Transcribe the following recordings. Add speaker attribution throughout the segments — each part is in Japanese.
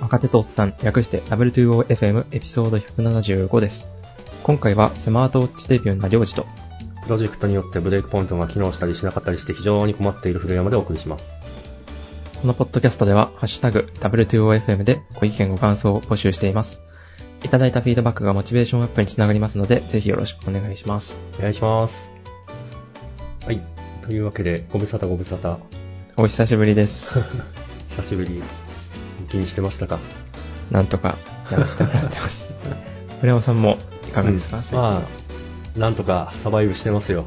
Speaker 1: 若手とおっさん、略して W2OFM エピソード175です。今回はスマートウォッチデビューな領事と、
Speaker 2: プロジェクトによってブレイクポイントが機能したりしなかったりして非常に困っている古山でお送りします。
Speaker 1: このポッドキャストでは、ハッシュタグ W2OFM でご意見ご感想を募集しています。いただいたフィードバックがモチベーションアップにつながりますので、ぜひよろしくお願いします。
Speaker 2: お願いします。はい。というわけで、ご無沙汰ご無沙汰。
Speaker 1: お久しぶりです。
Speaker 2: 久しぶり。気にしてましたか
Speaker 1: なんとかやらせてもらってます。古山さんもいかがですか、
Speaker 2: うんまあ、なんとかサバイブしてますよ。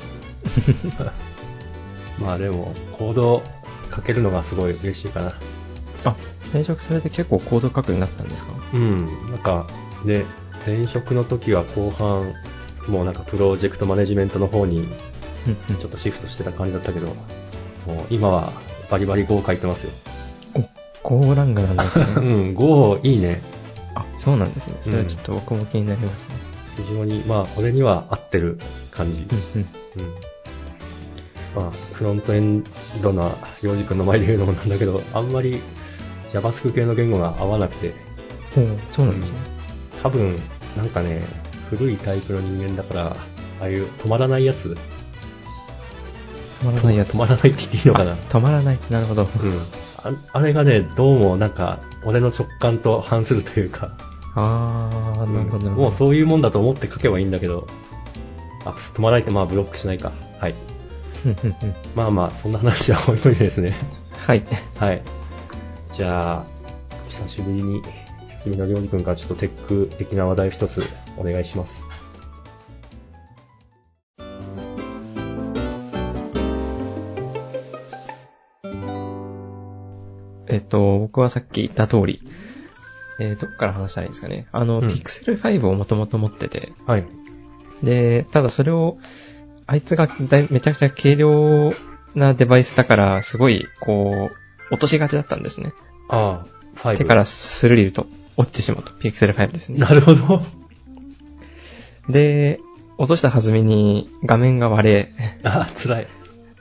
Speaker 2: まあでも、行動かけるのがすごい嬉しいかな。
Speaker 1: あ、転職されて結構コード書くようになったんですか
Speaker 2: うん、なんか、ね、前職の時は後半、もうなんかプロジェクトマネジメントの方に
Speaker 1: うん
Speaker 2: ちょっとシフトしてた感じだったけど、もう今はバリバリ Go 書いてますよ。
Speaker 1: うん。お、高ラングなんですね。
Speaker 2: うん、Go いいね。
Speaker 1: あ、そうなんですね。それはちょっと僕も気になりますね。
Speaker 2: 非常に、まあ、俺には合ってる感じ。
Speaker 1: うんうん。
Speaker 2: うん。まあ、フロントエンドな、洋二君の前で言うのもなんだけど、あんまり JavaScript 系の言語が合わなくて、
Speaker 1: おうそうなんですね。
Speaker 2: 多分、なんかね、古いタイプの人間だから、ああいう止まらないやつ、
Speaker 1: 止まらないやつ。
Speaker 2: 止まらないって言っていいのかな
Speaker 1: あ。止まらない。なるほど。
Speaker 2: うん。ああれがね、どうもなんか、俺の直感と反するというか、
Speaker 1: あー、なるほど。
Speaker 2: もうそういうもんだと思って書けばいいんだけど、あ、止まらないってまあブロックしないか。はい。
Speaker 1: うんうんうん。
Speaker 2: まあまあ、そんな話は置いといてですね。
Speaker 1: はい。
Speaker 2: はい。じゃあ、久しぶりに、君のりょうじくんからちょっとテック的な話題を一つお願いします。
Speaker 1: えっと、僕はさっき言った通り、えー、どっから話したらいいんですかね。あの、
Speaker 2: うん
Speaker 1: Pixel 5をもともと持ってて、
Speaker 2: はい。
Speaker 1: で、ただそれを、あいつがだいめちゃくちゃ軽量なデバイスだから、すごい、こう、落としがちだったんですね。
Speaker 2: ああ、ファイブ。
Speaker 1: 手からスルリと落ちてしまうと。Pixel 5ですね。
Speaker 2: なるほど。
Speaker 1: で、落とした弾みに画面が割れ、
Speaker 2: ああ、辛い。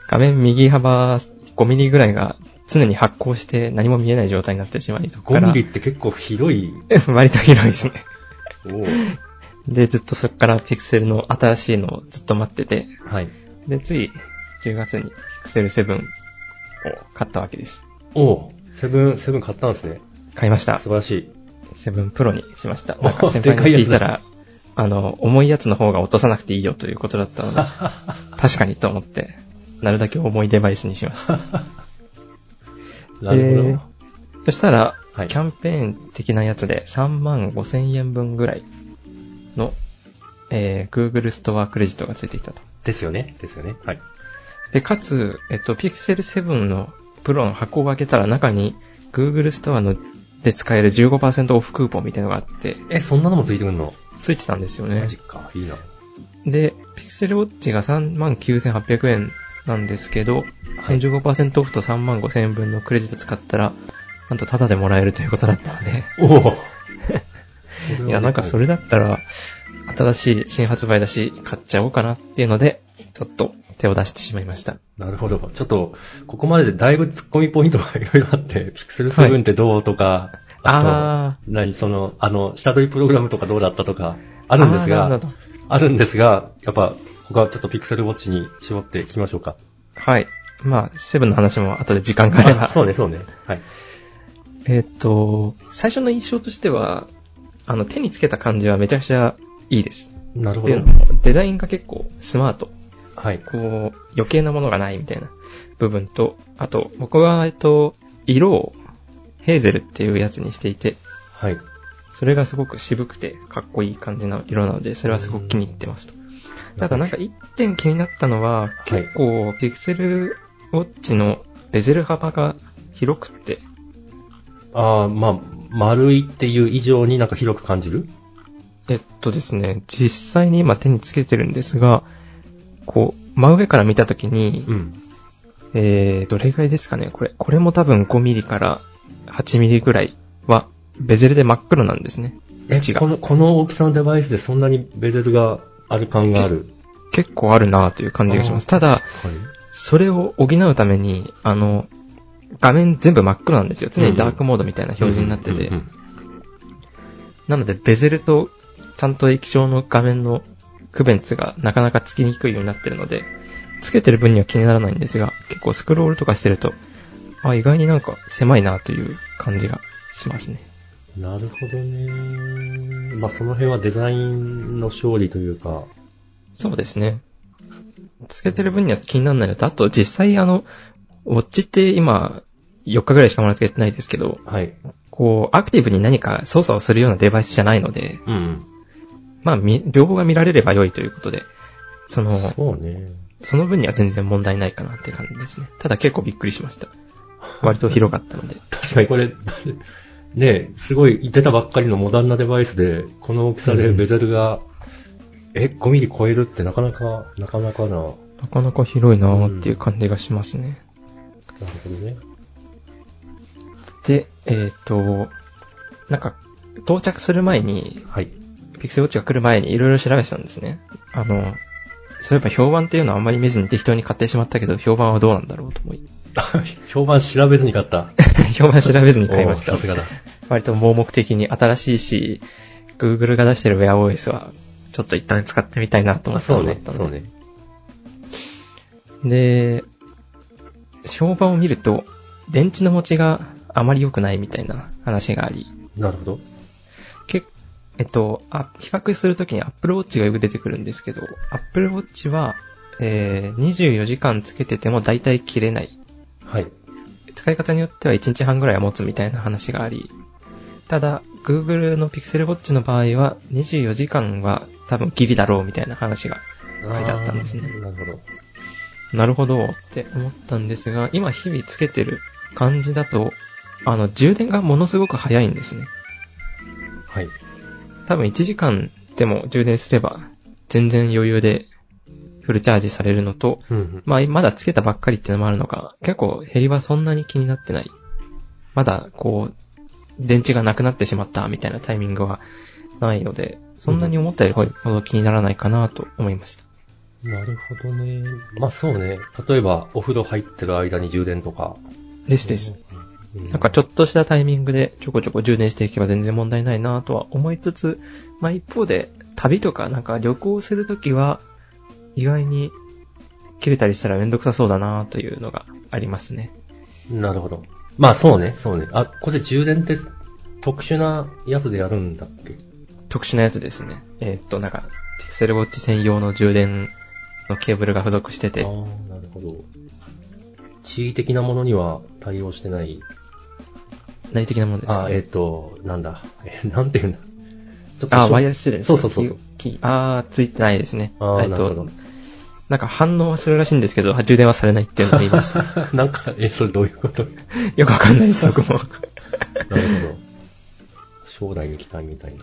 Speaker 1: 画面右幅5ミリぐらいが常に発光して何も見えない状態になってしまい、そこか
Speaker 2: 5
Speaker 1: ら
Speaker 2: ミリって結構広い。
Speaker 1: 割と広いですね。
Speaker 2: おお。
Speaker 1: で、ずっとそこからピクセルの新しいのをずっと待ってて、
Speaker 2: はい。
Speaker 1: で、つい10月にピクセル7を買ったわけです。
Speaker 2: おお。セブン、セブン買ったんですね。
Speaker 1: 買いました
Speaker 2: 素。晴らしい。
Speaker 1: 7プロにしました。
Speaker 2: お
Speaker 1: なんか先
Speaker 2: でか
Speaker 1: 輩
Speaker 2: い
Speaker 1: に
Speaker 2: や
Speaker 1: 聞
Speaker 2: つ
Speaker 1: いた
Speaker 2: だ
Speaker 1: ら、あの、重いやつの方が落とさなくていいよということだったので、確かにと思って、なるだけ重いデバイスにしました。
Speaker 2: なるほど。
Speaker 1: えーそしたら、
Speaker 2: はい
Speaker 1: キャンペーン的なやつで3万5千円分ぐらいの、えー Google ストアクレジットがついてきたと。
Speaker 2: ですよね。ですよね。はい。
Speaker 1: で、かつ、えっと、Pixel 7のプロの箱を開けたら中に Google ストアので使える15%オフクーポンみたいなのがあって、
Speaker 2: え、そんなのもついてくんの
Speaker 1: ついてたんですよね
Speaker 2: マ。ジか。いいな。
Speaker 1: で、Pixel Watch が39,800円なんですけど、その15%オフと3万5千円分のクレジット使ったら、なんとタダでもらえるということだったので、
Speaker 2: おお。
Speaker 1: いや、なんかそれだったら、新しい新発売だし、買っちゃおうかなっていうので、ちょっと手を出してしまいました。
Speaker 2: なるほど。ちょっと、ここまででだいぶ突っ込みポイントがいろいろあ って、ピクセル7ってどうとか、あ
Speaker 1: あ
Speaker 2: と、何、その、あの、下取りプログラムとかどうだったとか、あ
Speaker 1: あ
Speaker 2: るんです
Speaker 1: ーな
Speaker 2: が、
Speaker 1: るほど
Speaker 2: あるんですが、やっぱ、ここはちょっとピクセルウォッチに絞っていきましょうか。
Speaker 1: はい。まあ、セブンの話も後で時間があれば。
Speaker 2: そうね、そうね。はい。
Speaker 1: えっ、と、最初の印象としては、あの、手につけた感じはめちゃくちゃいいです。
Speaker 2: なる
Speaker 1: っ
Speaker 2: ほ
Speaker 1: ていう
Speaker 2: ど
Speaker 1: の。も、デザインが結構スマート。
Speaker 2: はい。
Speaker 1: こう、余計なものがないみたいな部分と、あと、僕は、えっと、色をヘーゼルっていうやつにしていて、
Speaker 2: はい。
Speaker 1: それがすごく渋くてかっこいい感じの色なので、それはすごく気に入ってますと。ただなんか一点気になったのは、
Speaker 2: はい
Speaker 1: 結構ピクセルウォッチのベゼル幅が広くて、
Speaker 2: ああ、まあ、丸いっていう以上になんか広く感じる
Speaker 1: えっとですね、実際に今手につけてるんですが、こう、真上から見たときに
Speaker 2: う、ん。
Speaker 1: えー、どれぐらいですかね、これ。これも多分5ミリから8ミリぐらいは、ベゼルで真っ黒なんですね。
Speaker 2: え、
Speaker 1: 違う
Speaker 2: この、この大きさのデバイスでそんなにベゼルがある感がある。
Speaker 1: 結構あるなという感じがします。
Speaker 2: あー
Speaker 1: ただ、
Speaker 2: はい。
Speaker 1: それを補うために、あの、画面全部真っ黒なんですよ。常にダークモードみたいな表示になってて
Speaker 2: うんうん。うん
Speaker 1: なので、ベゼルとちゃんと液晶の画面の区別がなかなかつきにくいようになってるので、つけてる分には気にならないんですが、結構スクロールとかしてると、あ、意外になんか狭いなという感じがしますね。
Speaker 2: なるほどね。まあ、その辺はデザインの勝利というか、
Speaker 1: そうですね。つけてる分には気にならないのと、あと実際あの、ウォッチって今、4日ぐらいしかまだつけてないですけど、
Speaker 2: はい。
Speaker 1: こう、アクティブに何か操作をするようなデバイスじゃないので、
Speaker 2: うん。
Speaker 1: まあ、み両方が見られれば良いということで、その、
Speaker 2: そうね。
Speaker 1: その分には全然問題ないかなって感じですね。ただ結構びっくりしました。割と広かったので。
Speaker 2: 確かにこれ、ね、すごい出たばっかりのモダンなデバイスで、この大きさでベゼルが、え、5ミリ超えるってなかなか、なかなかな。なるほ
Speaker 1: なかなか広いなーっていう感じがしますね。
Speaker 2: どね。
Speaker 1: で、えっ、と、なんか、到着する前に、
Speaker 2: はい。
Speaker 1: ピクセルウォッチが来る前にいろいろ調べてたんですね。あの、そういえば評判っていうのはあんまり見ずに適当に買ってしまったけど、評判はどうなんだろうと思い、
Speaker 2: 評判調べずに買った。
Speaker 1: 評判調べずに買いました
Speaker 2: おーさ。すがだ。
Speaker 1: 割と盲目的に新しいし、Google が出してる WearOS は、ちょっと一旦使ってみたいなと思ったのだったので。
Speaker 2: ね。
Speaker 1: で、評判を見ると、電池の持ちがあまり良くないみたいな話があり、
Speaker 2: なるほど。
Speaker 1: けえっと、あ比較するときに Apple Watch がよく出てくるんですけど、Apple Watch は、えー、24時間つけてても大体切れない。
Speaker 2: はい。
Speaker 1: 使い方によっては1日半ぐらいは持つみたいな話があり、ただ、Google の Pixel Watch の場合は、24時間は多分ギリだろうみたいな話が書いてあったんですね
Speaker 2: あーなるほど。
Speaker 1: なるほどって思ったんですが、今日々つけてる感じだと、あの、充電がものすごく早いんですね。
Speaker 2: はい。
Speaker 1: 多分1時間でも充電すれば、全然余裕でフルチャージされるのと、
Speaker 2: うんうん。
Speaker 1: まあ、まだつけたばっかりってのもあるのか、結構減りはそんなに気になってない。まだ、こう、電池がなくなってしまったみたいなタイミングはないので、そんなに思ったよりほど気にならないかなと思いました。
Speaker 2: なるほどね。まあそうね。例えば、お風呂入ってる間に充電とか。
Speaker 1: ですです。
Speaker 2: う
Speaker 1: なんかちょっとしたタイミングでちょこちょこ充電していけば全然問題ないなとは思いつつ、まあ一方で旅とかなんか旅行するときは意外に切れたりしたらめんどくさそうだなというのがありますね。
Speaker 2: なるほど。まあそうね、そうね。あ、これ充電って特殊なやつでやるんだっけ
Speaker 1: 特殊なやつですね。えーっとなんかピクセルウォッチ専用の充電のケーブルが付属して
Speaker 2: ああ
Speaker 1: て、
Speaker 2: ー、なるほど。地位的なものには対応してない。
Speaker 1: 内的なものです
Speaker 2: あ、
Speaker 1: ね、
Speaker 2: えっ、と、なんだ。え、なんていうんだ。ちょっと
Speaker 1: あ、ワイヤ
Speaker 2: レ
Speaker 1: レス充電です
Speaker 2: そ
Speaker 1: ね
Speaker 2: うそうそうそう。
Speaker 1: ききあー、ついてないですね。
Speaker 2: あ
Speaker 1: え
Speaker 2: ー
Speaker 1: ーっ
Speaker 2: なるほ
Speaker 1: と
Speaker 2: ど、
Speaker 1: なんか反応はするらしいんですけど、充電はされないっていうのが言いました。
Speaker 2: ス。なんか、え、それどういうことなる
Speaker 1: よくわかんないです、僕も。
Speaker 2: ほど。将来に期待みたいな。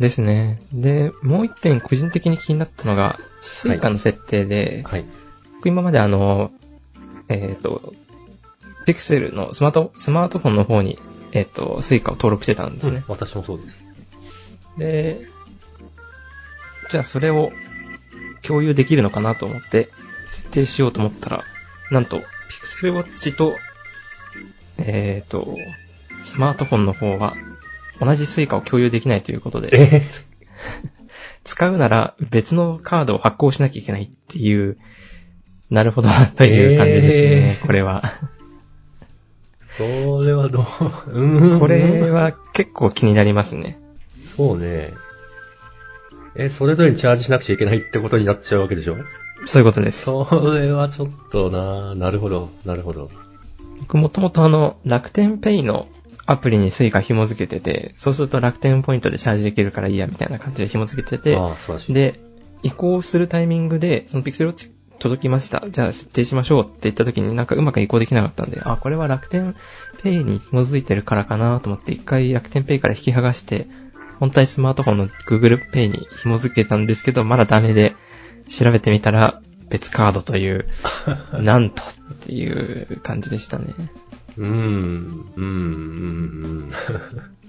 Speaker 1: ですね。で、もう一点個人的に気になったのが、スイカの設定で、
Speaker 2: はい。
Speaker 1: 僕今まであの、えっ、と、ピクセルのスマート、スマートフォンの方に、えっ、と、スイカを登録してたんですね。
Speaker 2: 私もそうです。
Speaker 1: で、じゃあそれを共有できるのかなと思って、設定しようと思ったら、なんと、ピクセルウォッチと、えっ、と、スマートフォンの方は、同じスイカを共有できないということで、
Speaker 2: え
Speaker 1: 使うなら別のカードを発行しなきゃいけないっていう、なるほどなという感じですね、
Speaker 2: えー
Speaker 1: これは。
Speaker 2: それはどう、う
Speaker 1: これ、は結構気になりますね。
Speaker 2: そうね。え、それぞれにチャージしなくちゃいけないってことになっちゃうわけでしょ
Speaker 1: そういうことです。
Speaker 2: それはちょっとななるほど、なるほど。
Speaker 1: 僕もともとあの、楽天ペイのアプリにスイカ紐付けてて、そうすると楽天ポイントでチャージできるからいいやみたいな感じで紐付けてて、
Speaker 2: ああ、素晴らしい。
Speaker 1: で、移行するタイミングで、そのピクセルウォッチ届きました。じゃあ設定しましょうって言った時になんかうまく移行できなかったんで、あ、これは楽天ペイに紐づいてるからかなと思って一回楽天ペイから引き剥がして、本体スマートフォンの Google Pay に紐づけたんですけど、まだダメで、調べてみたら別カードという、なんとっていう感じでしたね。
Speaker 2: うーん、うーん、うーん。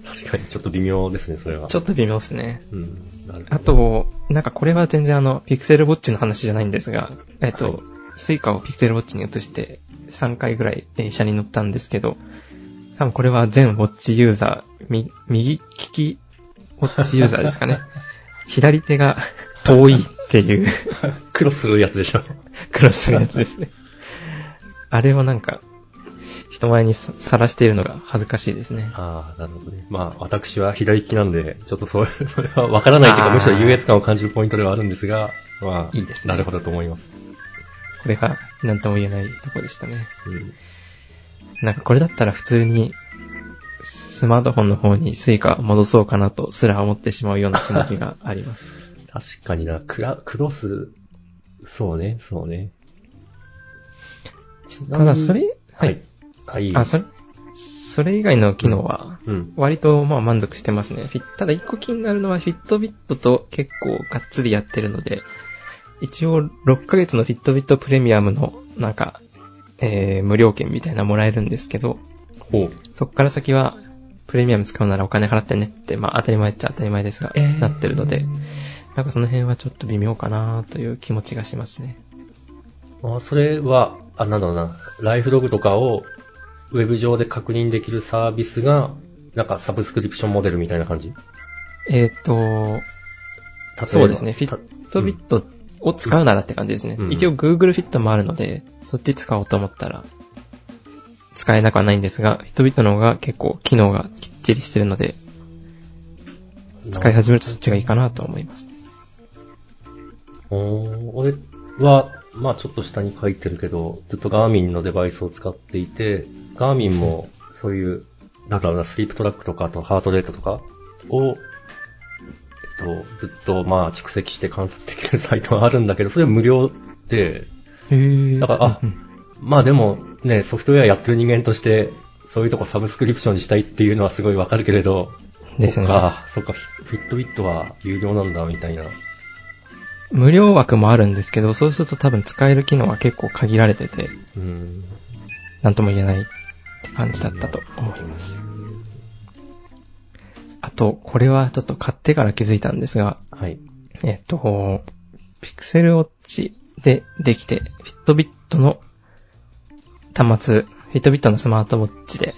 Speaker 2: 確かにちょっと微妙ですね、それは。
Speaker 1: ちょっと微妙ですね。
Speaker 2: うん、なるほ
Speaker 1: あと、なんかこれは全然あの、ピクセルウォッチの話じゃないんですが、えっと、
Speaker 2: はい
Speaker 1: スイカをピクセルウォッチに移して3回ぐらい電車に乗ったんですけど、多分これは全ウォッチユーザー、み、右利きウォッチユーザーですか ね。左手が遠いっていう
Speaker 2: クロスするやつでしょ。
Speaker 1: クロスするやつですね。あれをなんか、人前にささらしているのが恥ずかしいですね。
Speaker 2: ああ、なるほどね。まあ、私は左利きなんで、ちょっとそういう、 それはわからないというか、
Speaker 1: あー
Speaker 2: むしろ優越感を感じるポイントではあるんですが、まあ、
Speaker 1: いいですね
Speaker 2: なるほどと思います。
Speaker 1: これが何とも言えないとこでしたね。
Speaker 2: うん。
Speaker 1: なんかこれだったら普通に、スマートフォンの方にスイカ戻そうかなとすら思ってしまうような気持ちがあります。
Speaker 2: 確かにな、クラ、クロス、そうね、そうね。 ちなみ
Speaker 1: た
Speaker 2: に
Speaker 1: だそれ、は
Speaker 2: はいい。。あ、いい。
Speaker 1: あ、それ、それ以外の機能は、
Speaker 2: うん。
Speaker 1: 割とまあ満足してますね。フィッただ一個気になるのはフィットビットと結構がっつりやってるので、一応6ヶ月のフィットビットプレミアムのなんか、えー、無料券みたいなのもらえるんですけど、
Speaker 2: ほう。
Speaker 1: そっから先はプレミアム使うならお金払ってねって、まあ当たり前っちゃ当たり前ですが、なってるので、なんかその辺はちょっと微妙かなという気持ちがしますね。
Speaker 2: あ、それは、あ、なんだろうな、ライフログとかを、ウェブ上で確認できるサービスが、なんかサブスクリプションモデルみたいな感じ例え
Speaker 1: えっ、と、
Speaker 2: ば
Speaker 1: そうですね。フィ
Speaker 2: た
Speaker 1: ットビットを使うならって感じですね。
Speaker 2: うん
Speaker 1: 一応 Google フィットもあるので、そっち使おうと思ったら、使えなくはないんですが、フィットビットの方が結構機能がきっちりしてるので、使い始めるとそっちがいいかなと思います。
Speaker 2: おー俺は、まあちょっと下に書いてるけど、ずっとガーミンのデバイスを使っていて、ガーミンもそういう、なんだろうな、スリープトラックとか、あとハートレートとかを、えっと、ずっとまあ蓄積して観察できるサイトはあるんだけど、それは無料で、
Speaker 1: へー
Speaker 2: だからあ
Speaker 1: うん
Speaker 2: まあでもね、ソフトウェアやってる人間として、そういうとこサブスクリプションにしたいっていうのはすごいわかるけれど、
Speaker 1: ですね
Speaker 2: そっか、そっか、フィットビットは有料なんだ、みたいな。
Speaker 1: 無料枠もあるんですけど、そうすると多分使える機能は結構限られてて、
Speaker 2: うん。
Speaker 1: なんとも言えないって感じだったと思います。あと、これはちょっと買ってから気づいたんですが、
Speaker 2: はい。
Speaker 1: えっと、ピクセルウォッチでできて、フィットビットの端末、フィットビットのスマートウォッチで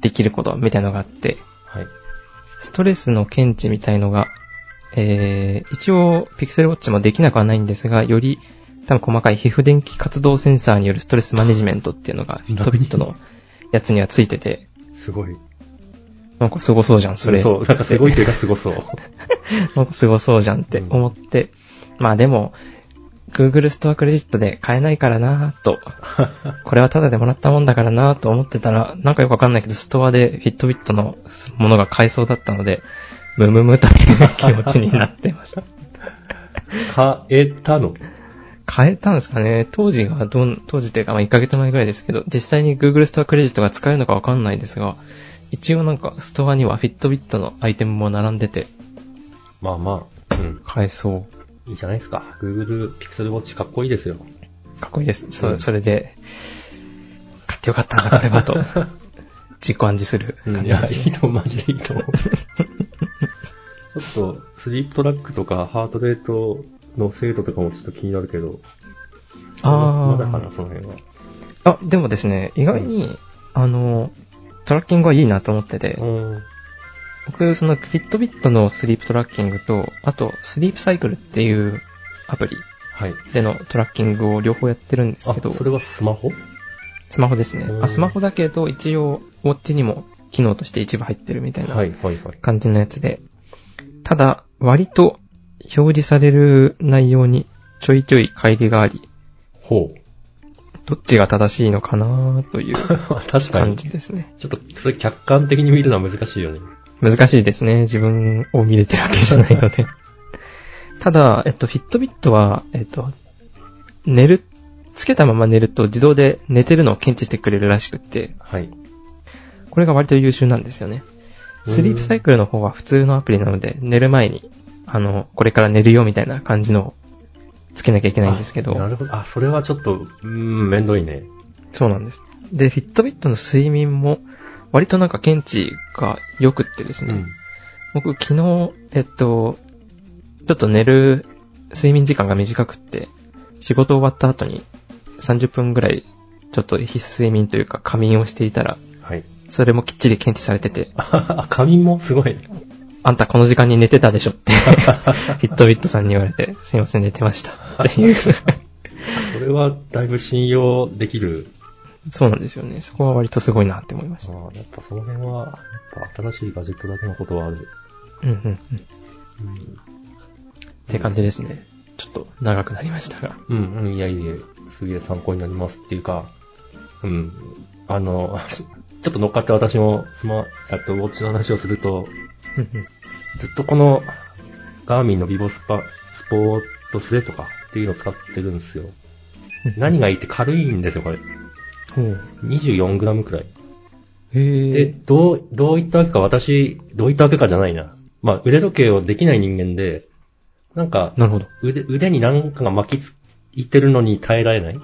Speaker 1: できることみたいのがあって、
Speaker 2: はい。
Speaker 1: ストレスの検知みたいのが、えー、一応ピクセルウォッチもできなくはないんですが、より多分細かい皮膚電気活動センサーによるストレスマネジメントっていうのがフィットビットのやつにはついてて、
Speaker 2: すごい。
Speaker 1: なんかすごそうじゃん、それ。
Speaker 2: そう、なんかすごいというかすごそう。
Speaker 1: なんかすごそうじゃんって思って、まあでも、Google ストアクレジットで買えないからなぁと、これはタダでもらったもんだからなぁと思ってたら、なんかよくわかんないけど、ストアでフィットビットのものが買えそうだったので、ムムムという気持ちになってます。
Speaker 2: 買えたの
Speaker 1: 変えたんですかね当時がどん、当時というかまあ1ヶ月前ぐらいですけど、実際に Google ストアクレジットが使えるのかわかんないですが、一応なんかストアにはフィットビットのアイテムも並んでて、
Speaker 2: まあまあ、うん。
Speaker 1: 買えそう。
Speaker 2: いいじゃないですか。Google Pixel Watch かっこいいですよ。
Speaker 1: かっこいいです。そ,、
Speaker 2: う
Speaker 1: うんそれで、買ってよかったな、これ はと、自己暗示する
Speaker 2: うん
Speaker 1: 感
Speaker 2: い
Speaker 1: じで
Speaker 2: や、
Speaker 1: す、ね
Speaker 2: いいと思う、マジでいい と思う。ちょっと、スリープトラックとか、ハートレートの精度とかもちょっと気になるけど、
Speaker 1: あー
Speaker 2: まだかな、その辺は。
Speaker 1: あ、でもですね、意外に、あの、トラッキングはいいなと思ってて、
Speaker 2: うん。
Speaker 1: 僕、その、フィットビットのスリープトラッキングと、あと、スリープサイクルっていうアプリ
Speaker 2: はい。
Speaker 1: でのトラッキングを両方やってるんですけど
Speaker 2: あ、、それはスマホ
Speaker 1: スマホですね
Speaker 2: う。ん
Speaker 1: あ、スマホだけど、一応、ウォッチにも機能として一部入ってるみたいな
Speaker 2: はい、はい、はい。
Speaker 1: 感じのやつで。ただ、割と表示される内容にちょいちょい乖離があり、
Speaker 2: ほう。
Speaker 1: どっちが正しいのかなという
Speaker 2: 確か
Speaker 1: 感
Speaker 2: に。
Speaker 1: じ
Speaker 2: ち
Speaker 1: ですね。
Speaker 2: ょっと、それ客観的に見るのは難しいよね。
Speaker 1: 難しいですね。自分を見れてるわけじゃない ので。ただ、えっと、フィットビットは、えっと、寝る、つけたまま寝ると自動で寝てるのを検知してくれるらしくって、
Speaker 2: はい。
Speaker 1: これが割と優秀なんですよね。
Speaker 2: うん
Speaker 1: スリープサイクルの方は普通のアプリなので、寝る前に、あの、これから寝るよみたいな感じのをつけなきゃいけないんですけ
Speaker 2: あな
Speaker 1: ど、
Speaker 2: るほど。あ、それはちょっと、うーん、めんどいね。
Speaker 1: そうなんです。で、フィットビットの睡眠も、割となんか検知が良くってですね、僕昨日、えっと、ちょっと寝る睡眠時間が短くって、仕事終わった後に30分ぐらい、ちょっと必須睡眠というか仮眠をしていたら、
Speaker 2: はい。
Speaker 1: それもきっちり検知されてて、
Speaker 2: あ、仮眠もすごい。
Speaker 1: あんたこの時間に寝てたでしょって、 ヒットビットさんに言われて、すいません、寝てました。っていう。
Speaker 2: それはだいぶ信用できる。
Speaker 1: そうなんですよね。そこは割とすごいなって思いま
Speaker 2: あ
Speaker 1: した。
Speaker 2: ーやっぱその辺は、やっぱ新しいガジェットだけのことはある。
Speaker 1: うんうんうん。って感じですね。ちょっと長くなりましたが。
Speaker 2: うん、うん、いやいや、すげえ参考になりますっていうか、うん、あの、 ちょっと乗っかって私もスマ、えっと、ウォッチの話をすると、
Speaker 1: うんうん
Speaker 2: ずっとこの、ガーミンのビボスパ、スポートスレとかっていうのを使ってるん ですよ。何がいいって軽いんですよ、これ。
Speaker 1: ほう。
Speaker 2: 24g くらい。
Speaker 1: へ
Speaker 2: で、
Speaker 1: ー
Speaker 2: どう、どういったわけか私、どういったわけかじゃないな。まあ、腕時計をできない人間で、なんか、
Speaker 1: なるほど。
Speaker 2: 腕、腕に何かが巻きついてるのに耐えられない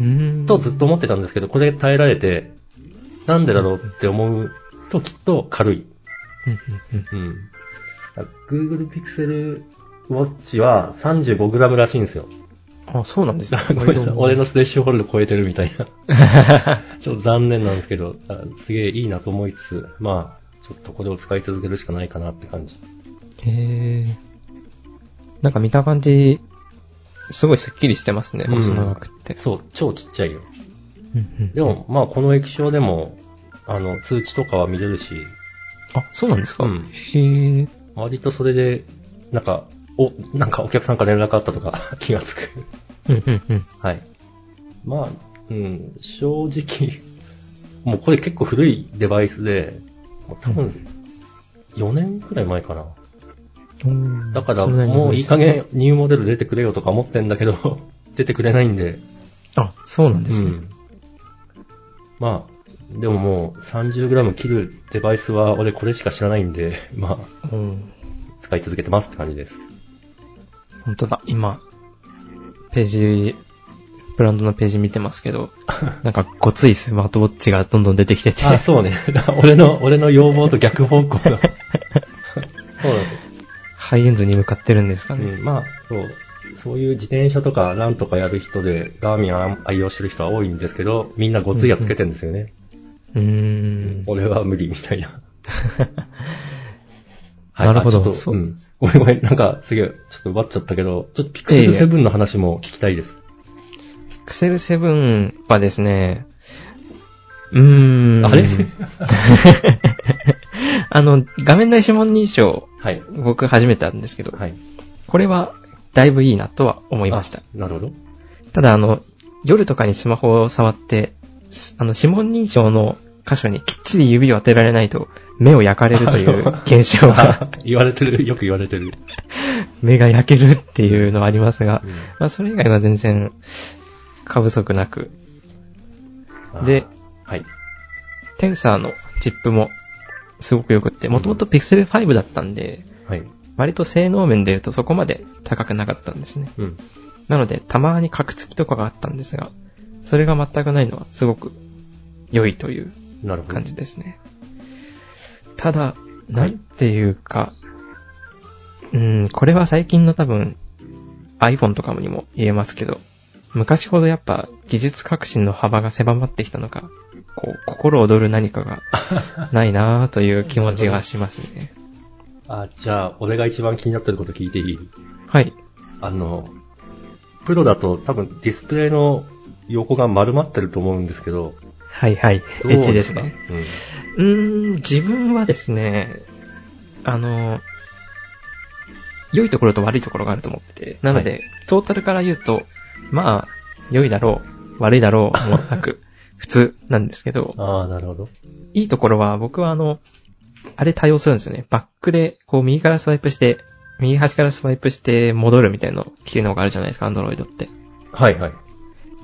Speaker 1: うん
Speaker 2: とずっと思ってたんですけど、これ耐えられて、なんでだろうって思うときっと軽い。
Speaker 1: うんうんうん。
Speaker 2: うん。Google Pixel Watch は 35g らしいんですよ。
Speaker 1: あ、そうなんですね
Speaker 2: ごめんなさい俺のスレッシュホールド超えてるみたいな。 ちょっと残念なんですけど、あすげえいいなと思いつつ、まあ、ちょっとこれを使い続けるしかないかなって感じ。
Speaker 1: へーなんか見た感じ、すごいスッキリしてますね。
Speaker 2: うん
Speaker 1: 細長くって。
Speaker 2: そう、超ちっちゃいよ。
Speaker 1: うんうん
Speaker 2: でも、まあ、この液晶でも、あの、通知とかは見れるし、
Speaker 1: あ、そうなんですか。
Speaker 2: うん
Speaker 1: へー
Speaker 2: 割とそれで、なんか、お、なんかお客さんから連絡あったとか 気がつく。
Speaker 1: うんうんうん。
Speaker 2: はい。まあ、うん、正直、もうこれ結構古いデバイスで、もう多
Speaker 1: う
Speaker 2: 分、4年くらい前かな。
Speaker 1: うん
Speaker 2: だから、
Speaker 1: それなりに
Speaker 2: もういい加減ニューモデル出てくれよとか思ってんだけど、 出てくれないんで。
Speaker 1: あ、そうなんです
Speaker 2: う
Speaker 1: ね。
Speaker 2: ん。まあ、でももう 30g 切るデバイスは俺これしか知らないんで、 まあ、
Speaker 1: うん。
Speaker 2: 使い続けてますって感じです。
Speaker 1: 本当だ、今、ページ、ブランドのページ見てますけ ど、なんかごついスマートウォッチがどんどん出てきてて、
Speaker 2: あ、そうね。俺の、俺の要望と逆方 向だ。そうなんですよ。
Speaker 1: ハイエンドに向かってるんですかね。
Speaker 2: うん、まあ、そう。そういう自転車とかランとかやる人で、ガーミンを愛用してる人は多いんですけど、みんなごついやつけてんですよね。
Speaker 1: うーん。
Speaker 2: 俺は無理み たいな。
Speaker 1: なるほど
Speaker 2: あちょっと。
Speaker 1: そううん
Speaker 2: ごめんごめん。なんか、すげえ、ちょっと奪っちゃったけど、ちょっとピクセル7の話も聞きたいです。
Speaker 1: ピクセル7はですね、うーん。
Speaker 2: あれ
Speaker 1: あの、画面内指紋認証、
Speaker 2: はい。
Speaker 1: 僕始めたんですけど、
Speaker 2: はい。
Speaker 1: これはだいぶいいなとは思いました。
Speaker 2: あ。なるほど。
Speaker 1: ただ、あの、夜とかにスマホを触って、すあの、指紋認証の箇所にきっちり指を当てられないと、目を焼かれるという現象 が、
Speaker 2: 言われてる、よく言われてる。
Speaker 1: 目が焼けるっていうのはありますが
Speaker 2: うん、
Speaker 1: まあ、それ以外は全然、過不足なく、
Speaker 2: あー
Speaker 1: で、
Speaker 2: はい。
Speaker 1: テンサーのチップも、すごく良くって、もともと Pixel 5だったんで、
Speaker 2: はい。
Speaker 1: 割と性能面で言うとそこまで高くなかったんですね。
Speaker 2: うん。
Speaker 1: なので、たまにカクつきとかがあったんですが、それが全くないのはすごく良いという
Speaker 2: なるほど。
Speaker 1: 感じですね。ただ、なんていうか、うん、これは最近の多分 iPhone とかにも言えますけど、昔ほどやっぱ技術革新の幅が狭まってきたのか、こう、心躍る何か がないなぁという気持ちがしますね。
Speaker 2: あ、じゃあ、俺が一番気になってること聞いていい
Speaker 1: はい。
Speaker 2: あの、プロだと多分ディスプレイの横が丸まってると思うんですけど、
Speaker 1: はいはい。
Speaker 2: どう
Speaker 1: エッチで
Speaker 2: ですすか
Speaker 1: ね。うーん、自分はですね、あの、良いところと悪いところがあると思ってて、なので、トータルから言うと、まあ、良いだろう、悪いだろう、もな く、普通なんですけど
Speaker 2: うん、ああ、なるほど。
Speaker 1: いいところは僕はあの、あれ対応するんですよね。バックで、こう右からスワイプして、右端からスワイプして戻るみたいな機能があるじゃないですか、アンドロイドって。
Speaker 2: はいはい。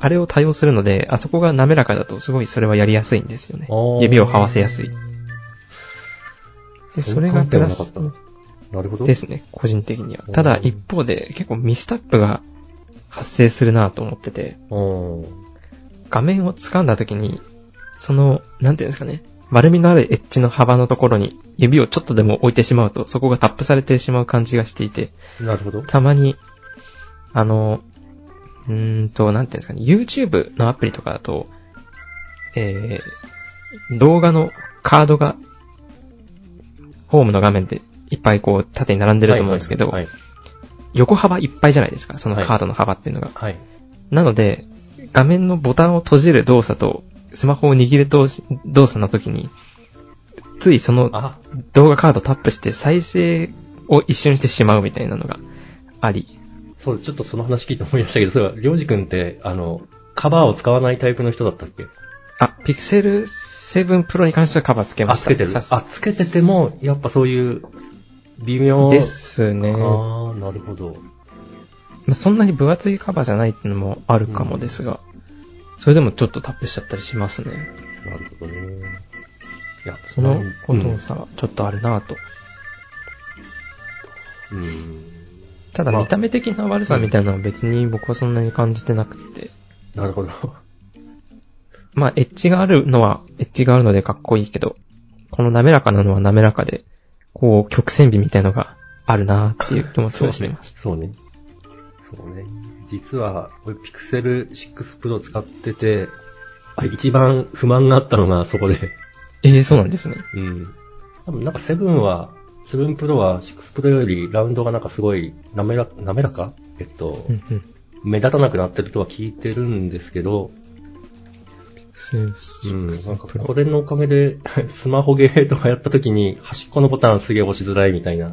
Speaker 1: あれを対応するので、あそこが滑らかだとすごいそれはやりやすいんですよね
Speaker 2: お。ー
Speaker 1: 指を這わせやすい。で、
Speaker 2: そう
Speaker 1: それがプラ
Speaker 2: 観
Speaker 1: ス
Speaker 2: 点はなかなるほど。
Speaker 1: ですね、個人的には
Speaker 2: おー。
Speaker 1: ただ一方で結構ミスタップが発生するなと思ってて、
Speaker 2: うん。
Speaker 1: 画面を掴んだ時に、その、なんていうんですかね、丸みのあるエッジの幅のところに指をちょっとでも置いてしまうと、そこがタップされてしまう感じがしていて、
Speaker 2: なるほど。
Speaker 1: たまに、あの、うーんと、なんていうんですかね、YouTube のアプリとかだと、えー、動画のカードが、ホームの画面でいっぱいこう、縦に並んでると思うんですけど、
Speaker 2: はい。
Speaker 1: 横幅いっぱいじゃないですか、そのカードの幅っていうのが。
Speaker 2: はい。
Speaker 1: なので、画面のボタンを閉じる動作と、スマホを握る動し動作の時に、ついその
Speaker 2: あ、
Speaker 1: 動画カードタップして再生を一瞬してしまうみたいなのがあり。
Speaker 2: そう、ちょっとその話聞いて思い出したけど、そういえば、りょうじくんって、あの、カバーを使わないタイプの人だったっけ
Speaker 1: あ、ピクセル7 Pro に関してはカバーつけま
Speaker 2: あ、
Speaker 1: し
Speaker 2: つ
Speaker 1: た。
Speaker 2: けてる。
Speaker 1: さす
Speaker 2: あ、つけてても、やっぱそういう、微妙。
Speaker 1: ですね。ま
Speaker 2: ああ、なるほど。
Speaker 1: あそんなに分厚いカバーじゃないってのもあるかもですが、それでもちょっとタップしちゃったりしますね。
Speaker 2: なるほどね。いや、
Speaker 1: その
Speaker 2: う
Speaker 1: こと
Speaker 2: ん
Speaker 1: さ、ちょっとあるなぁと。
Speaker 2: うん。
Speaker 1: ただ
Speaker 2: まあ
Speaker 1: 見た目的な悪さみたいなのは別に僕はそんなに感じてなくて。
Speaker 2: なるほど。
Speaker 1: まあ、エッジがあるのは、エッジがあるのでかっこいいけど、この滑らかなのは滑らかで、こう、曲線美みたいのがあるなっていう気持ちがしています。
Speaker 2: そうね。そうね。実は、俺、ピクセル6 Pro 使ってて、あ一番不満があったのがそこで。
Speaker 1: ええそうなんですね。
Speaker 2: うん。多分なんか7は、7 Pro は6 Pro よりラウンドがなんかすごい滑ら、滑らかえっと、
Speaker 1: うんうん。
Speaker 2: 目立たなくなってるとは聞いてるんですけど、うん、なんか
Speaker 1: プ
Speaker 2: これのおかげで、 スマホゲーとかやった時に、端っこのボタンすげえ押しづらいみたいな、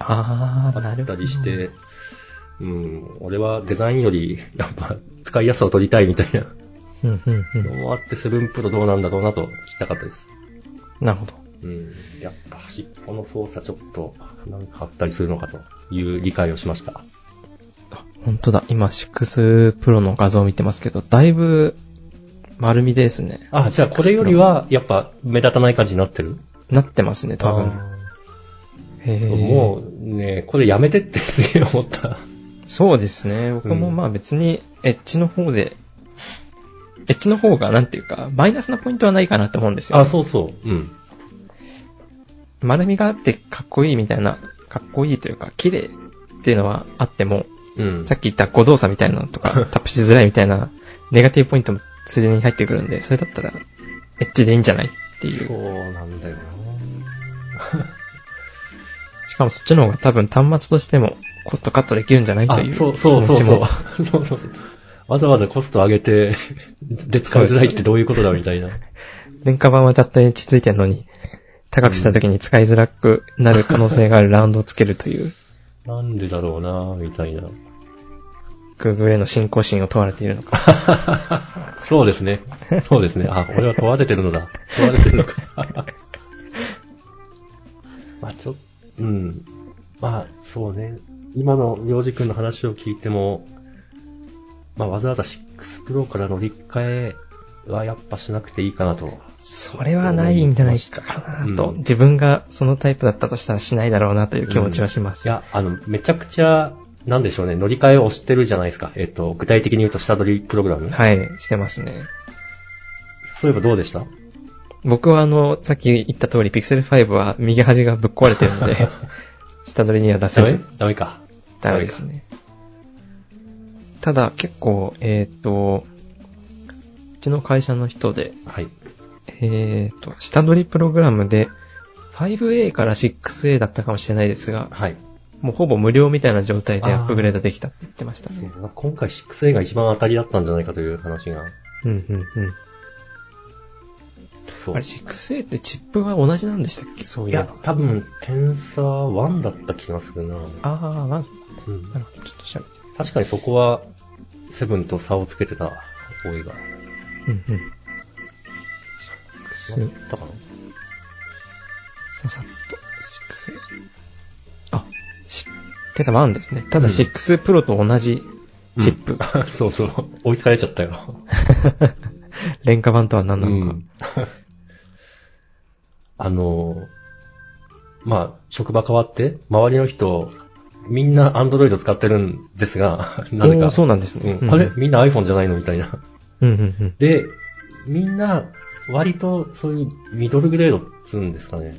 Speaker 1: ああ、
Speaker 2: あ
Speaker 1: なる
Speaker 2: っ
Speaker 1: ほ
Speaker 2: た
Speaker 1: ど。
Speaker 2: りして、うん、俺はデザインより、やっぱ、使いやすさを取りたいみたいな
Speaker 1: うんうんう
Speaker 2: のもあって、7プロどうなんだろうなと聞きたかったです。
Speaker 1: ん。なるほど。
Speaker 2: うん、やっぱ端っこの操作ちょっと、なんかあったりするのかという理解をしました。
Speaker 1: あ、本当だ。今、6プロの画像を見てますけど、だいぶ、丸みですね。
Speaker 2: あ、じゃあこれよりは、やっぱ、目立たない感じになってる
Speaker 1: なってますね、多分。
Speaker 2: あ
Speaker 1: へ
Speaker 2: ー
Speaker 1: え。
Speaker 2: もうね、これやめてってすげえ思った。
Speaker 1: そうですね。僕も
Speaker 2: うん
Speaker 1: まあ別に、エッジの方で、エッジの方がなんていうか、マイナスなポイントはないかなと思うんですよ。
Speaker 2: あ、そうそう。うん。
Speaker 1: 丸みがあってかっこいいみたいな、かっこいいというか、綺麗っていうのはあっても、
Speaker 2: うん。
Speaker 1: さっき言った誤動作みたいなの とか、タップしづらいみたいな、ネガティブポイントもついでに入ってくるんで、それだったら、エッジでいいんじゃないってい。
Speaker 2: そううなんだよ
Speaker 1: しかもそっちの方が多分端末としてもコストカットできるんじゃない
Speaker 2: な。
Speaker 1: と
Speaker 2: あ
Speaker 1: い、う気
Speaker 2: そ
Speaker 1: 持
Speaker 2: うそうそう
Speaker 1: ち
Speaker 2: そう
Speaker 1: も。。
Speaker 2: そうそうそう。わざわざコスト上げ て、で使いづらいってどういうことだみたいな。
Speaker 1: 廉価版はちゃんとエッジついてるのに、高くした時に使いづらくなる可能性があるラウンドをつけるという、
Speaker 2: なんでだろうなみたいな。
Speaker 1: Google への信仰心を問われているのか。
Speaker 2: そうですね。そうですね。あ、俺は問われてるのだ。問われてるのか。 まあ、ちょ、うん。まあ、そうね。今のりょうじくんの話を聞いても、まあ、わざわざ6プロから乗り換えはやっぱしなくていいかなと。
Speaker 1: それはないんじゃないかなと、
Speaker 2: うん
Speaker 1: 自分がそのタイプだったとしたらしないだろうなという気持ちはしま
Speaker 2: い
Speaker 1: す。
Speaker 2: や、あの、めちゃくちゃ、なんでしょうね、乗り換えを押してるじゃないですか。えっ、と、具体的に言うと下取りプログラム。
Speaker 1: はい、してますね。
Speaker 2: そういえばどうでした
Speaker 1: 僕はあの、さっき言った通り、Pixel 5は右端がぶっ壊れてるの で、下取りには出せ
Speaker 2: ダメ
Speaker 1: ず、
Speaker 2: ダメか。
Speaker 1: ダメですね。ただ、結構、えっ、と、うちの会社の人で、
Speaker 2: はい。
Speaker 1: えっ、と、下取りプログラムで、5A から 6A だったかもしれないですが、
Speaker 2: はい。
Speaker 1: もうほぼ無料みたいな状態で
Speaker 2: あー
Speaker 1: アップグレードできたって言ってましたね。
Speaker 2: 今回 6A が一番当たりだったんじゃないかという話が。
Speaker 1: うんうんうん。
Speaker 2: そ
Speaker 1: あれ 6A ってチップは同じなんでしたっけそうい
Speaker 2: い
Speaker 1: え
Speaker 2: や
Speaker 1: ば。、
Speaker 2: 多分、テンサー1だった気がするな。
Speaker 1: あー、なんす
Speaker 2: うん
Speaker 1: なるほど、ちょっと調べて。
Speaker 2: 確かにそこは、7と差をつけてた覚えが。
Speaker 1: うんうん。6A
Speaker 2: だから
Speaker 1: ささっと、6A。あ、し、テンサ1ですね。ただ
Speaker 2: うん
Speaker 1: 6プロと同じチップ。
Speaker 2: うん そうそう。追いつかれちゃったよ。
Speaker 1: 廉価版とは何なのか。
Speaker 2: ん。 あの、まあ、職場変わって、周りの人、みんな Android 使ってるんですが、 なぜ
Speaker 1: おー
Speaker 2: か。
Speaker 1: そうなんですね。
Speaker 2: うんあれみんな iPhone じゃないのみたいな。
Speaker 1: うんうんうん。
Speaker 2: で、みんな、割とそういうミドルグレードっつうんですかね。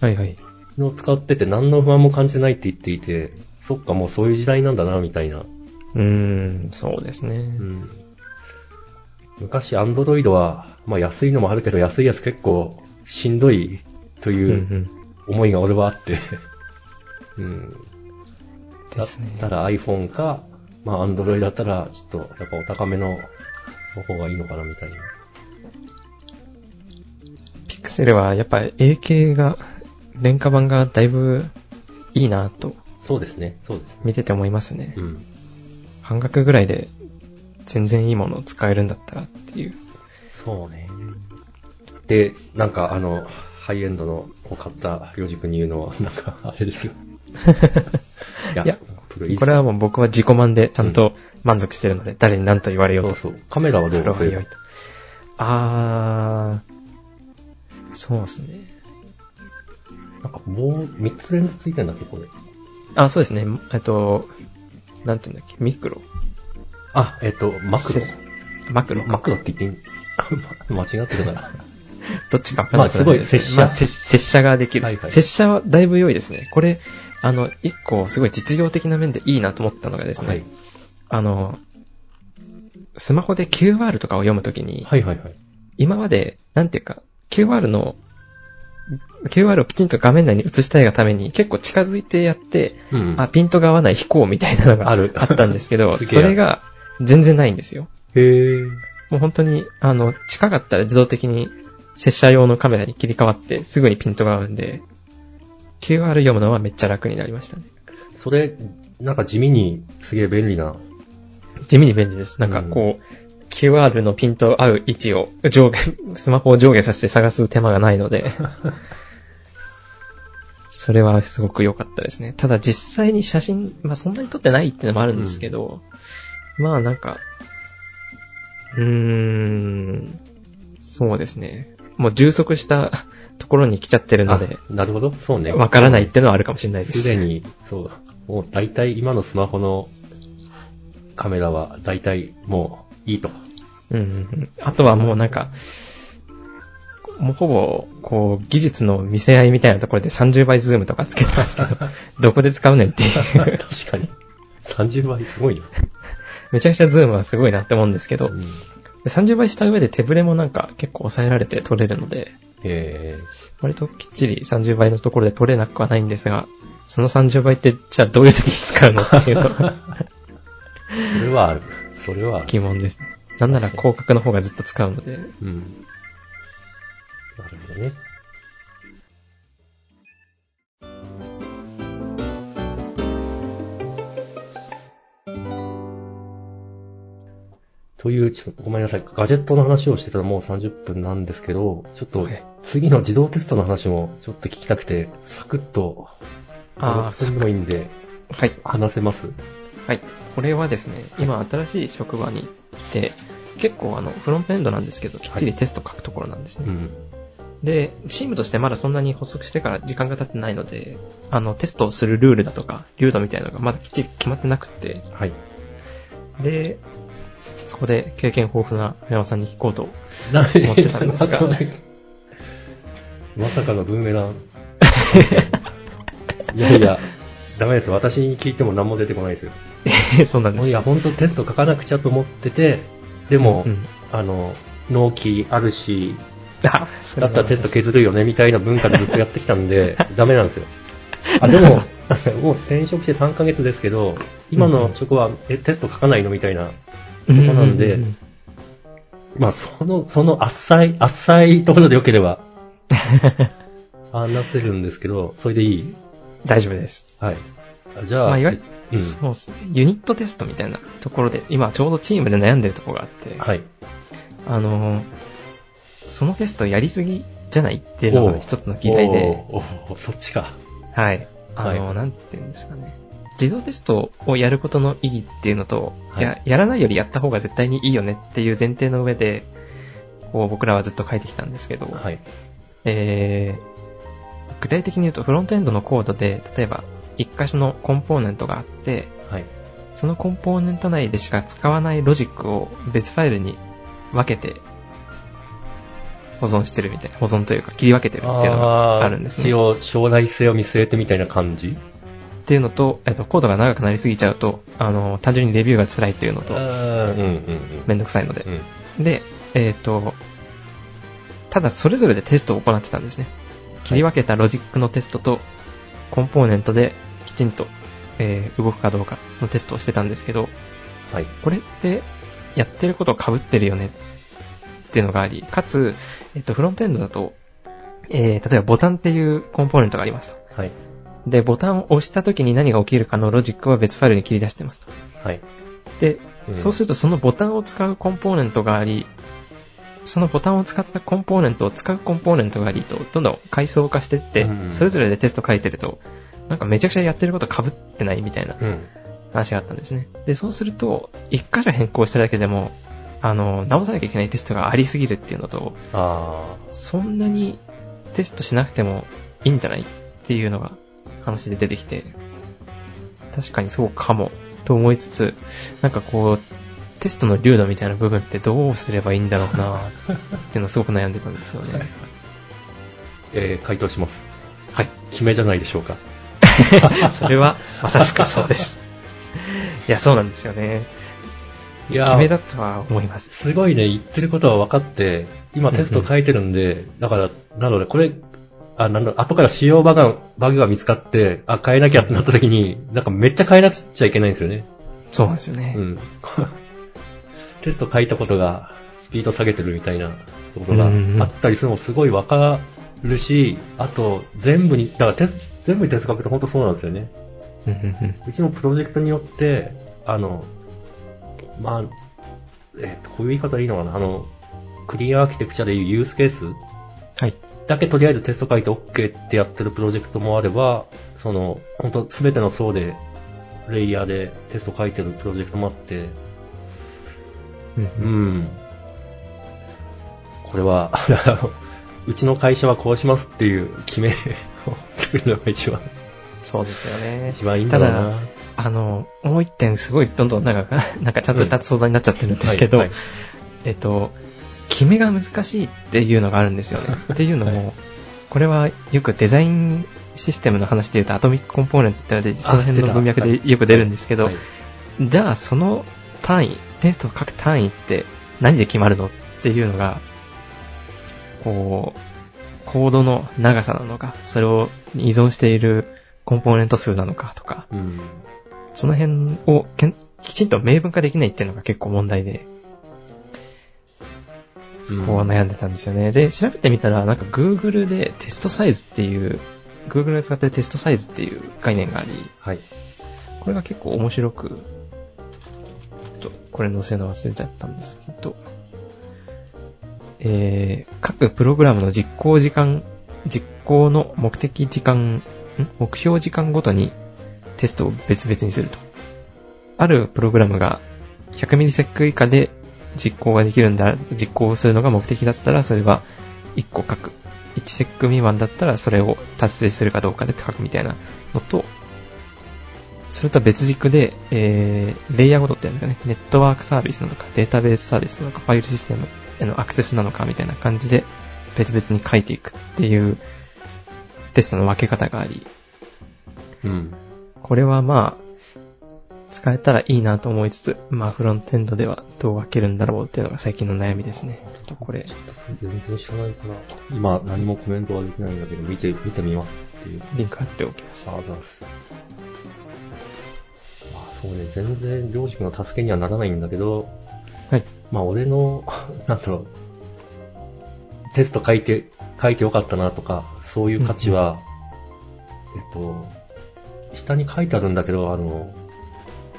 Speaker 1: はいはい。
Speaker 2: の使ってて何の不安も感じてないって言っていて、そっかもうそういう時代なんだな、みたいな。
Speaker 1: うーん、そうですね
Speaker 2: う。ん。昔、アンドロイドは、まあ安いのもあるけど、安いやつ結構しんどいと
Speaker 1: う
Speaker 2: い
Speaker 1: んう。
Speaker 2: ううん 思いが俺はあって、うん。
Speaker 1: ですね。
Speaker 2: だったら iPhone か、まあ Android だったら、ちょっとやっぱお高めの方がいいのかなみたいな。
Speaker 1: ピクセルはやっぱ AK が、廉価版がだいぶいいなと
Speaker 2: そうですね、そうですね。
Speaker 1: 見てて思いますね。
Speaker 2: うん。
Speaker 1: 半額ぐらいで全然いいものを使えるんだったらって いう。
Speaker 2: そうね。で、なんかあの、ハイエンドのを買ったりょうじくんに言うのは、なんかあれですよ。い
Speaker 1: いや
Speaker 2: プロいいっす
Speaker 1: これはもう僕は自己満でちゃんと満足してるので、誰に何と言われよう
Speaker 2: そう
Speaker 1: と。
Speaker 2: そう。カメラはどう
Speaker 1: プロ
Speaker 2: そ
Speaker 1: が
Speaker 2: うい
Speaker 1: 良
Speaker 2: う
Speaker 1: いと。あー、そうですね。
Speaker 2: なんか棒、3つ連続ついてんだっけ、これ。
Speaker 1: あ、そうですね。えっと、なんていうんだっけ、ミクロ。
Speaker 2: あ、えっと、マクロ。
Speaker 1: マクロ。
Speaker 2: マクロって言っていいん 間違ってたから。
Speaker 1: どっちか分かんなくなる
Speaker 2: まあすごい拙者
Speaker 1: まあせ拙者ができる。
Speaker 2: はいはい
Speaker 1: 拙者はだいぶ良いですね。これ、あの、一個すごい実用的な面でいいなと思ったのがですね、
Speaker 2: はい。
Speaker 1: あの、スマホで QR とかを読むときに、
Speaker 2: はいはいはい。
Speaker 1: 今まで、なんていうか、QR の、QR をきちんと画面内に映したいがために結構近づいてやって、
Speaker 2: うん。
Speaker 1: あ、ピントが合わない飛行みたいなのが
Speaker 2: ある
Speaker 1: あったんですけど、
Speaker 2: すげえ
Speaker 1: それが全然ないんですよ。
Speaker 2: へー。
Speaker 1: もう本当に、あの、近かったら自動的に拙者用のカメラに切り替わってすぐにピントが合うんで、QR 読むのはめっちゃ楽になりましたね。
Speaker 2: それ、なんか地味にすげえ便利な。
Speaker 1: 地味に便利です。なんかこう、QR のピント合う位置を上下、 スマホを上下させて探す手間がないの で、それはすごく良かったですね。ただ実際に写真、まあそんなに撮ってないってのもあるんですけど、まあなんか、うーん、そうですね。もう充足したところに来ちゃってるので、
Speaker 2: あなるほど。そうね。
Speaker 1: わからないってのはあるかもしれないです
Speaker 2: す
Speaker 1: す。
Speaker 2: でに、そう。もう大体今のスマホのカメラは大体もういいと。
Speaker 1: うんうんうんあとはもうなんか、もうほぼ、こう、技術の見せ合いみたいなところで30倍ズームとかつけてますけ ど、どこで使うねんっていう。
Speaker 2: 確かに。30倍すごいよ。
Speaker 1: めちゃくちゃズームはすごいなって思うんですけ
Speaker 2: う
Speaker 1: ど、
Speaker 2: ん、
Speaker 1: 30倍した上で手ブレもなんか結構抑えられて取れるので、
Speaker 2: え
Speaker 1: 割ときっちり30倍のところで取れなくはないんですが、その30倍ってじゃあどういう時に使うのっていうのが
Speaker 2: ー、それはある。それはある。
Speaker 1: 疑問です。なんなら広角の方がずっと使うので、
Speaker 2: うん。なるほどね。という、ちょっとごめんなさい。ガジェットの話をしてたらもう30分なんですけど、ちょっと
Speaker 1: はい
Speaker 2: 次の自動テストの話もちょっと聞きたくて、サクッと、
Speaker 1: あー
Speaker 2: すごいんで、
Speaker 1: はい。
Speaker 2: 話せます。
Speaker 1: はい。これはですね、今新しい職場に来て、結構あの、フロントエンドなんですけど、きっちりテスト書くところなんです
Speaker 2: う
Speaker 1: ね。
Speaker 2: ん。
Speaker 1: で、チームとしてまだそんなに発足してから時間が経ってないので、あの、テストをするルールだとか、流度みたいなのがまだきっちり決まってなくて、
Speaker 2: はい。
Speaker 1: で、そこで経験豊富な平山さんに聞こうと。
Speaker 2: な
Speaker 1: 思ってたんですが
Speaker 2: まさかのブーメラ ン。いやいや、ダメです。私に聞いても何も出てこないですよ。
Speaker 1: そうなんで
Speaker 2: もうい
Speaker 1: す。
Speaker 2: や、本当テスト書かなくちゃと思ってて、でも、
Speaker 1: うん。
Speaker 2: あの、納期あるし、
Speaker 1: あ、それ
Speaker 2: だ
Speaker 1: は
Speaker 2: ったらテスト削るよねみたいな文化でずっとやってきたん で、ダメなんですよ。あ、でも、 もう転職して3ヶ月ですけど、今の職は、え、テスト書かないのみたいな
Speaker 1: う
Speaker 2: こなんで
Speaker 1: うんうんうん
Speaker 2: まあ、その、その、あっさい、あっさいところで良ければ、話せるんですけど、それでいい
Speaker 1: 大丈夫です。
Speaker 2: はい。あじゃあ、
Speaker 1: まあ、いわゆる、
Speaker 2: うん
Speaker 1: そうですね。ユニットテストみたいなところで、今ちょうどチームで悩んでるところがあって、
Speaker 2: はい。
Speaker 1: あのーそのテストやりすぎじゃないっていうのが一つの議題で、
Speaker 2: おー、おーそっちか。
Speaker 1: はい。あのー
Speaker 2: は
Speaker 1: なんて言うんですかね。自動テストをやることの意義っていうのと、
Speaker 2: はい
Speaker 1: や、やらないよりやった方が絶対にいいよねっていう前提の上で、こう僕らはずっと書いてきたんですけど、
Speaker 2: はい。
Speaker 1: えー具体的に言うとフロントエンドのコードで、例えば一箇所のコンポーネントがあって、
Speaker 2: はい。
Speaker 1: そのコンポーネント内でしか使わないロジックを別ファイルに分けて保存してるみたいな、保存というか切り分けてるっていうのがあるんです
Speaker 2: 一
Speaker 1: ね。
Speaker 2: 応、将来性を見据えてみたいな感じ
Speaker 1: っていうのと、えっと、コードが長くなりすぎちゃうと、あの、単純にレビューが辛いっていうの
Speaker 2: あ
Speaker 1: と、
Speaker 2: ーうんうん
Speaker 1: めんどくさいので
Speaker 2: うん。。うん。
Speaker 1: で、えっ、と、ただそれぞれでテストを行ってたんですね。切り分けたロジックのテストと、コンポーネントできちんと、えー動くかどうかのテストをしてたんですけど、
Speaker 2: はい。
Speaker 1: これって、やってること被ってるよねっていうのがあり、かつ、えっと、フロントエンドだと、えー、例えばボタンっていうコンポーネントがありますと。
Speaker 2: はい。
Speaker 1: で、ボタンを押した時に何が起きるかのロジックは別ファイルに切り出してますと。
Speaker 2: はい。
Speaker 1: で、
Speaker 2: うん
Speaker 1: そうするとそのボタンを使うコンポーネントがあり、そのボタンを使ったコンポーネントを使うコンポーネントがありと、どんどん階層化してって
Speaker 2: う、ん
Speaker 1: それぞれでテスト書いてると、なんかめちゃくちゃやってること被ってないみたいな
Speaker 2: うん。
Speaker 1: 話があったんですね。で、そうすると、一箇所変更しただけでも、あの、直さなきゃいけないテストがありすぎるっていうのと、
Speaker 2: あ
Speaker 1: そんなにテストしなくてもいいんじゃないっていうのが話で出てきて、確かにそうかもと思いつつ、なんかこう、テストの流度みたいな部分ってどうすればいいんだろうなっていうのをすごく悩んでたんですよね。
Speaker 2: ーえー、回答します。
Speaker 1: はい。
Speaker 2: 決めじゃないでしょうか。
Speaker 1: それはまさしくそうです。いや、そうなんですよね。
Speaker 2: いやー
Speaker 1: 決めだとは思います。
Speaker 2: すごいね、言ってることは分かって、今テスト書いてるんで、だから、なのでこれ、あ、なんだ、後から使用バグが、バグが見つかって、あ、変えなきゃってなった時に、なんかめっちゃ変えなくちゃいけないんですよね。
Speaker 1: そうなんですよね。
Speaker 2: うん。 テスト書いたことが、スピード下げてるみたいなことが
Speaker 1: うんうん
Speaker 2: あったりするのもすごい分かるし、あと、全部に、だからテスト、全部にテスト書くと本当そうなんですよね。
Speaker 1: うんうんうん
Speaker 2: うちのプロジェクトによって、あの、まあ、えっと、こういう言い方いいのかな、あの、クリアアーキテクチャでいうユースケース
Speaker 1: はい。
Speaker 2: だけとりあえずテスト書いて OK ってやってるプロジェクトもあれば、その、本当すべての層で、レイヤーでテスト書いてるプロジェクトもあって、
Speaker 1: うん
Speaker 2: う
Speaker 1: うん
Speaker 2: ん。これは、 あの、うちの会社はこうしますっていう決めを作るのが一番、
Speaker 1: そうですよね。
Speaker 2: 一番いいんだろうな。
Speaker 1: ただあの、もう一点すごいどんどんなんか、 なんかちゃんとした相談になっちゃってるんですけど、
Speaker 2: はいはい
Speaker 1: えっと、決めが難しいっていうのがあるんですよね。っていうのも、これはよくデザインシステムの話で言うとアトミックコンポーネントってので、その辺
Speaker 2: 出
Speaker 1: の
Speaker 2: た
Speaker 1: 文脈
Speaker 2: は
Speaker 1: で
Speaker 2: い
Speaker 1: よく出るんですけど、
Speaker 2: はい
Speaker 1: じゃあその単位、テストを書く単位って何で決まるのっていうのが、こう、コードの長さなのか、それを依存しているコンポーネント数なのかとか、
Speaker 2: うん。
Speaker 1: その辺をけんきちんと明文化できないっていうのが結構問題で、そこは悩んでたんですよね。で、調べてみたら、なんか Google でテストサイズっていう、Google で使ってるテストサイズっていう概念があり、
Speaker 2: はい。
Speaker 1: これが結構面白く、ちょっとこれ載せるの忘れちゃったんですけど、えー、各プログラムの実行時間、実行の目的時間、ん目標時間ごとにテストを別々にすると。あるプログラムが 100ms 以下で実行ができるんだ、実行するのが目的だったら、それは1個書く。1セック未満だったら、それを達成するかどうかで書くみたいなのと、それとは別軸で、えー、レイヤーごとって言うんですかね、ネットワークサービスなのか、データベースサービスなのか、ファイルシステムへのアクセスなのか、みたいな感じで、別々に書いていくっていうテストの分け方があり、
Speaker 2: うん。
Speaker 1: これはまあ、使えたらいいなと思いつつ、まあフロントエンドではどう分けるんだろうっていうのが最近の悩みですね。ちょっとこれ、
Speaker 2: 全然知らないから、今何もコメントはできないんだけど、見て、見てみますっていう。
Speaker 1: リンク貼っておきます。
Speaker 2: ああ、ざいます。まあそうね、全然両軸の助けにはならないんだけど、
Speaker 1: はい。
Speaker 2: まあ俺の、 なんだろう、テスト書いて、書いてよかったなとか、そういう価値は、えっと、下に書いてあるんだけど、あの、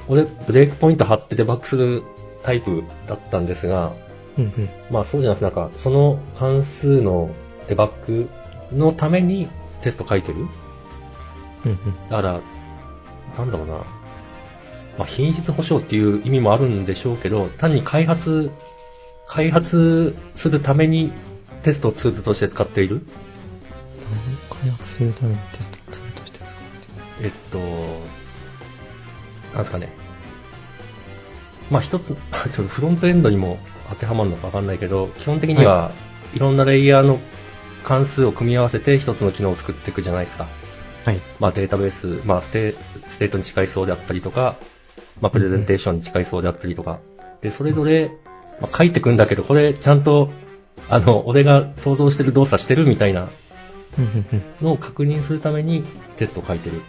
Speaker 2: 俺、ブレイクポイント貼ってデバッグするタイプだったんですが、
Speaker 1: うんうん。
Speaker 2: まあそうじゃなくて、なんか、その関数のデバッグのためにテスト書いてる
Speaker 1: うん
Speaker 2: だから、なんだろうな。まあ品質保証っていう意味もあるんでしょうけど、単に開発、開発するためにテストツールとして使っている
Speaker 1: うん。開発するためのテストツールとして使ってる。
Speaker 2: えっと、なんですかね。まあ一つ、 ちょっとフロントエンドにも当てはまるのかわかんないけど、基本的には、いろんなレイヤーの関数を組み合わせて一つの機能を作っていくじゃないですか。
Speaker 1: はい。
Speaker 2: まあ、データベース、まあステ、ステートに近い層であったりとか、まあ、プレゼンテーションに近い層であったりとか、で、それぞれ、まあ、書いてくんだけど、これちゃんと、あの、俺が想像してる動作してるみたいな
Speaker 1: うんうんうん。
Speaker 2: のを確認するためにテストを書いてる。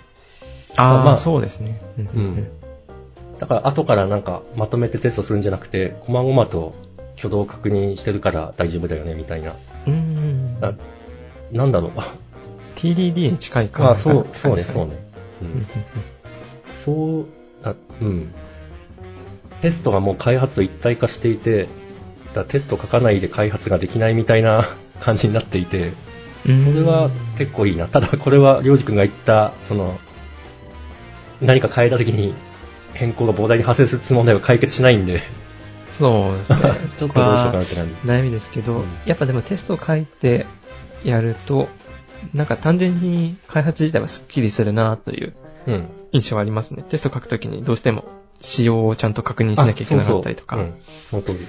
Speaker 1: あー、
Speaker 2: まあ
Speaker 1: そうですね。うん
Speaker 2: うんだから後からなんかまとめてテストするんじゃなくて、こまごまと挙動を確認してるから大丈夫だよねみたいな。
Speaker 1: うんうん
Speaker 2: ななんだろう。あ
Speaker 1: TDD に近いか
Speaker 2: まあ そう、
Speaker 1: な
Speaker 2: そうね、
Speaker 1: 感
Speaker 2: そう
Speaker 1: じ
Speaker 2: ね
Speaker 1: です。
Speaker 2: う
Speaker 1: うんうん
Speaker 2: ん、そう、あうん。テストがもう開発と一体化していて、だからテスト書かないで開発ができないみたいな 感じになっていて、
Speaker 1: うん
Speaker 2: それは結構いいな。ただこれは、りょうじくんが言った、その、何か変えた時に変更が膨大に発生する問題は解決しないんで、
Speaker 1: そうです
Speaker 2: ちょ
Speaker 1: ね
Speaker 2: っとどうしようかなって感じ。
Speaker 1: 悩みですけど、
Speaker 2: うん
Speaker 1: やっぱでもテストを書いてやると、なんか単純に開発自体はスッキリするなという
Speaker 2: うん。
Speaker 1: 印象はありますね。テスト書くときにどうしても仕様をちゃんと確認しなきゃいけなかったりとか。
Speaker 2: あそうそううん、その通り。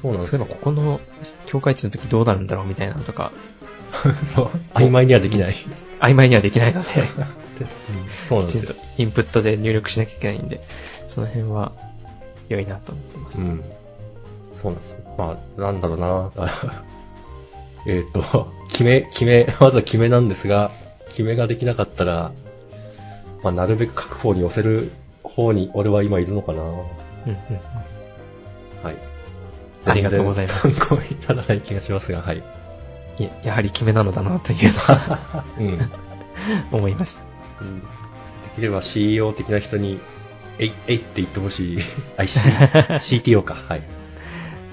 Speaker 2: そうなんです
Speaker 1: そういえ
Speaker 2: よ
Speaker 1: ばこ。この境界値の時どうなるんだろうみたいなのとか、
Speaker 2: そう。曖昧にはできない。
Speaker 1: 曖昧にはできないので、
Speaker 2: そうなん
Speaker 1: き
Speaker 2: で
Speaker 1: ち
Speaker 2: す
Speaker 1: んと
Speaker 2: よ。
Speaker 1: インプットで入力しなきゃいけないんで、その辺は良いなと思ってます。
Speaker 2: うん。そうなんです。まあ、なんだろうな。 あえっと、決め、決め、 まずは決めなんですが、決めができなかったら、まあ、なるべく各方に寄せる方に俺は今いるのかな。は
Speaker 1: うんうんうん
Speaker 2: い。
Speaker 1: ありがとうございます
Speaker 2: 全然 参考にならない気がしますが、はい。
Speaker 1: いややはり決めなのだなというのは
Speaker 2: うん。
Speaker 1: 思いました。
Speaker 2: うんできれば CEO 的な人に、えい、えいって言ってほしい。あ、C、CTO か。はい。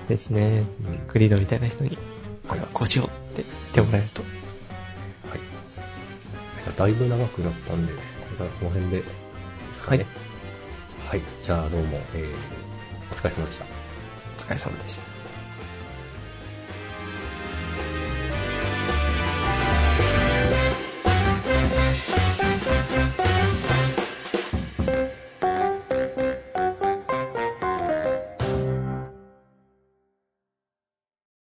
Speaker 1: ですね。
Speaker 2: うん
Speaker 1: クリードみたいな人に、これはこうしようって言ってもらえると。
Speaker 2: はい。だいぶ長くなったんで、これからこの辺でですかね。はい。じゃあどうも、えー、お疲れ様でした。
Speaker 1: お疲れ様でした。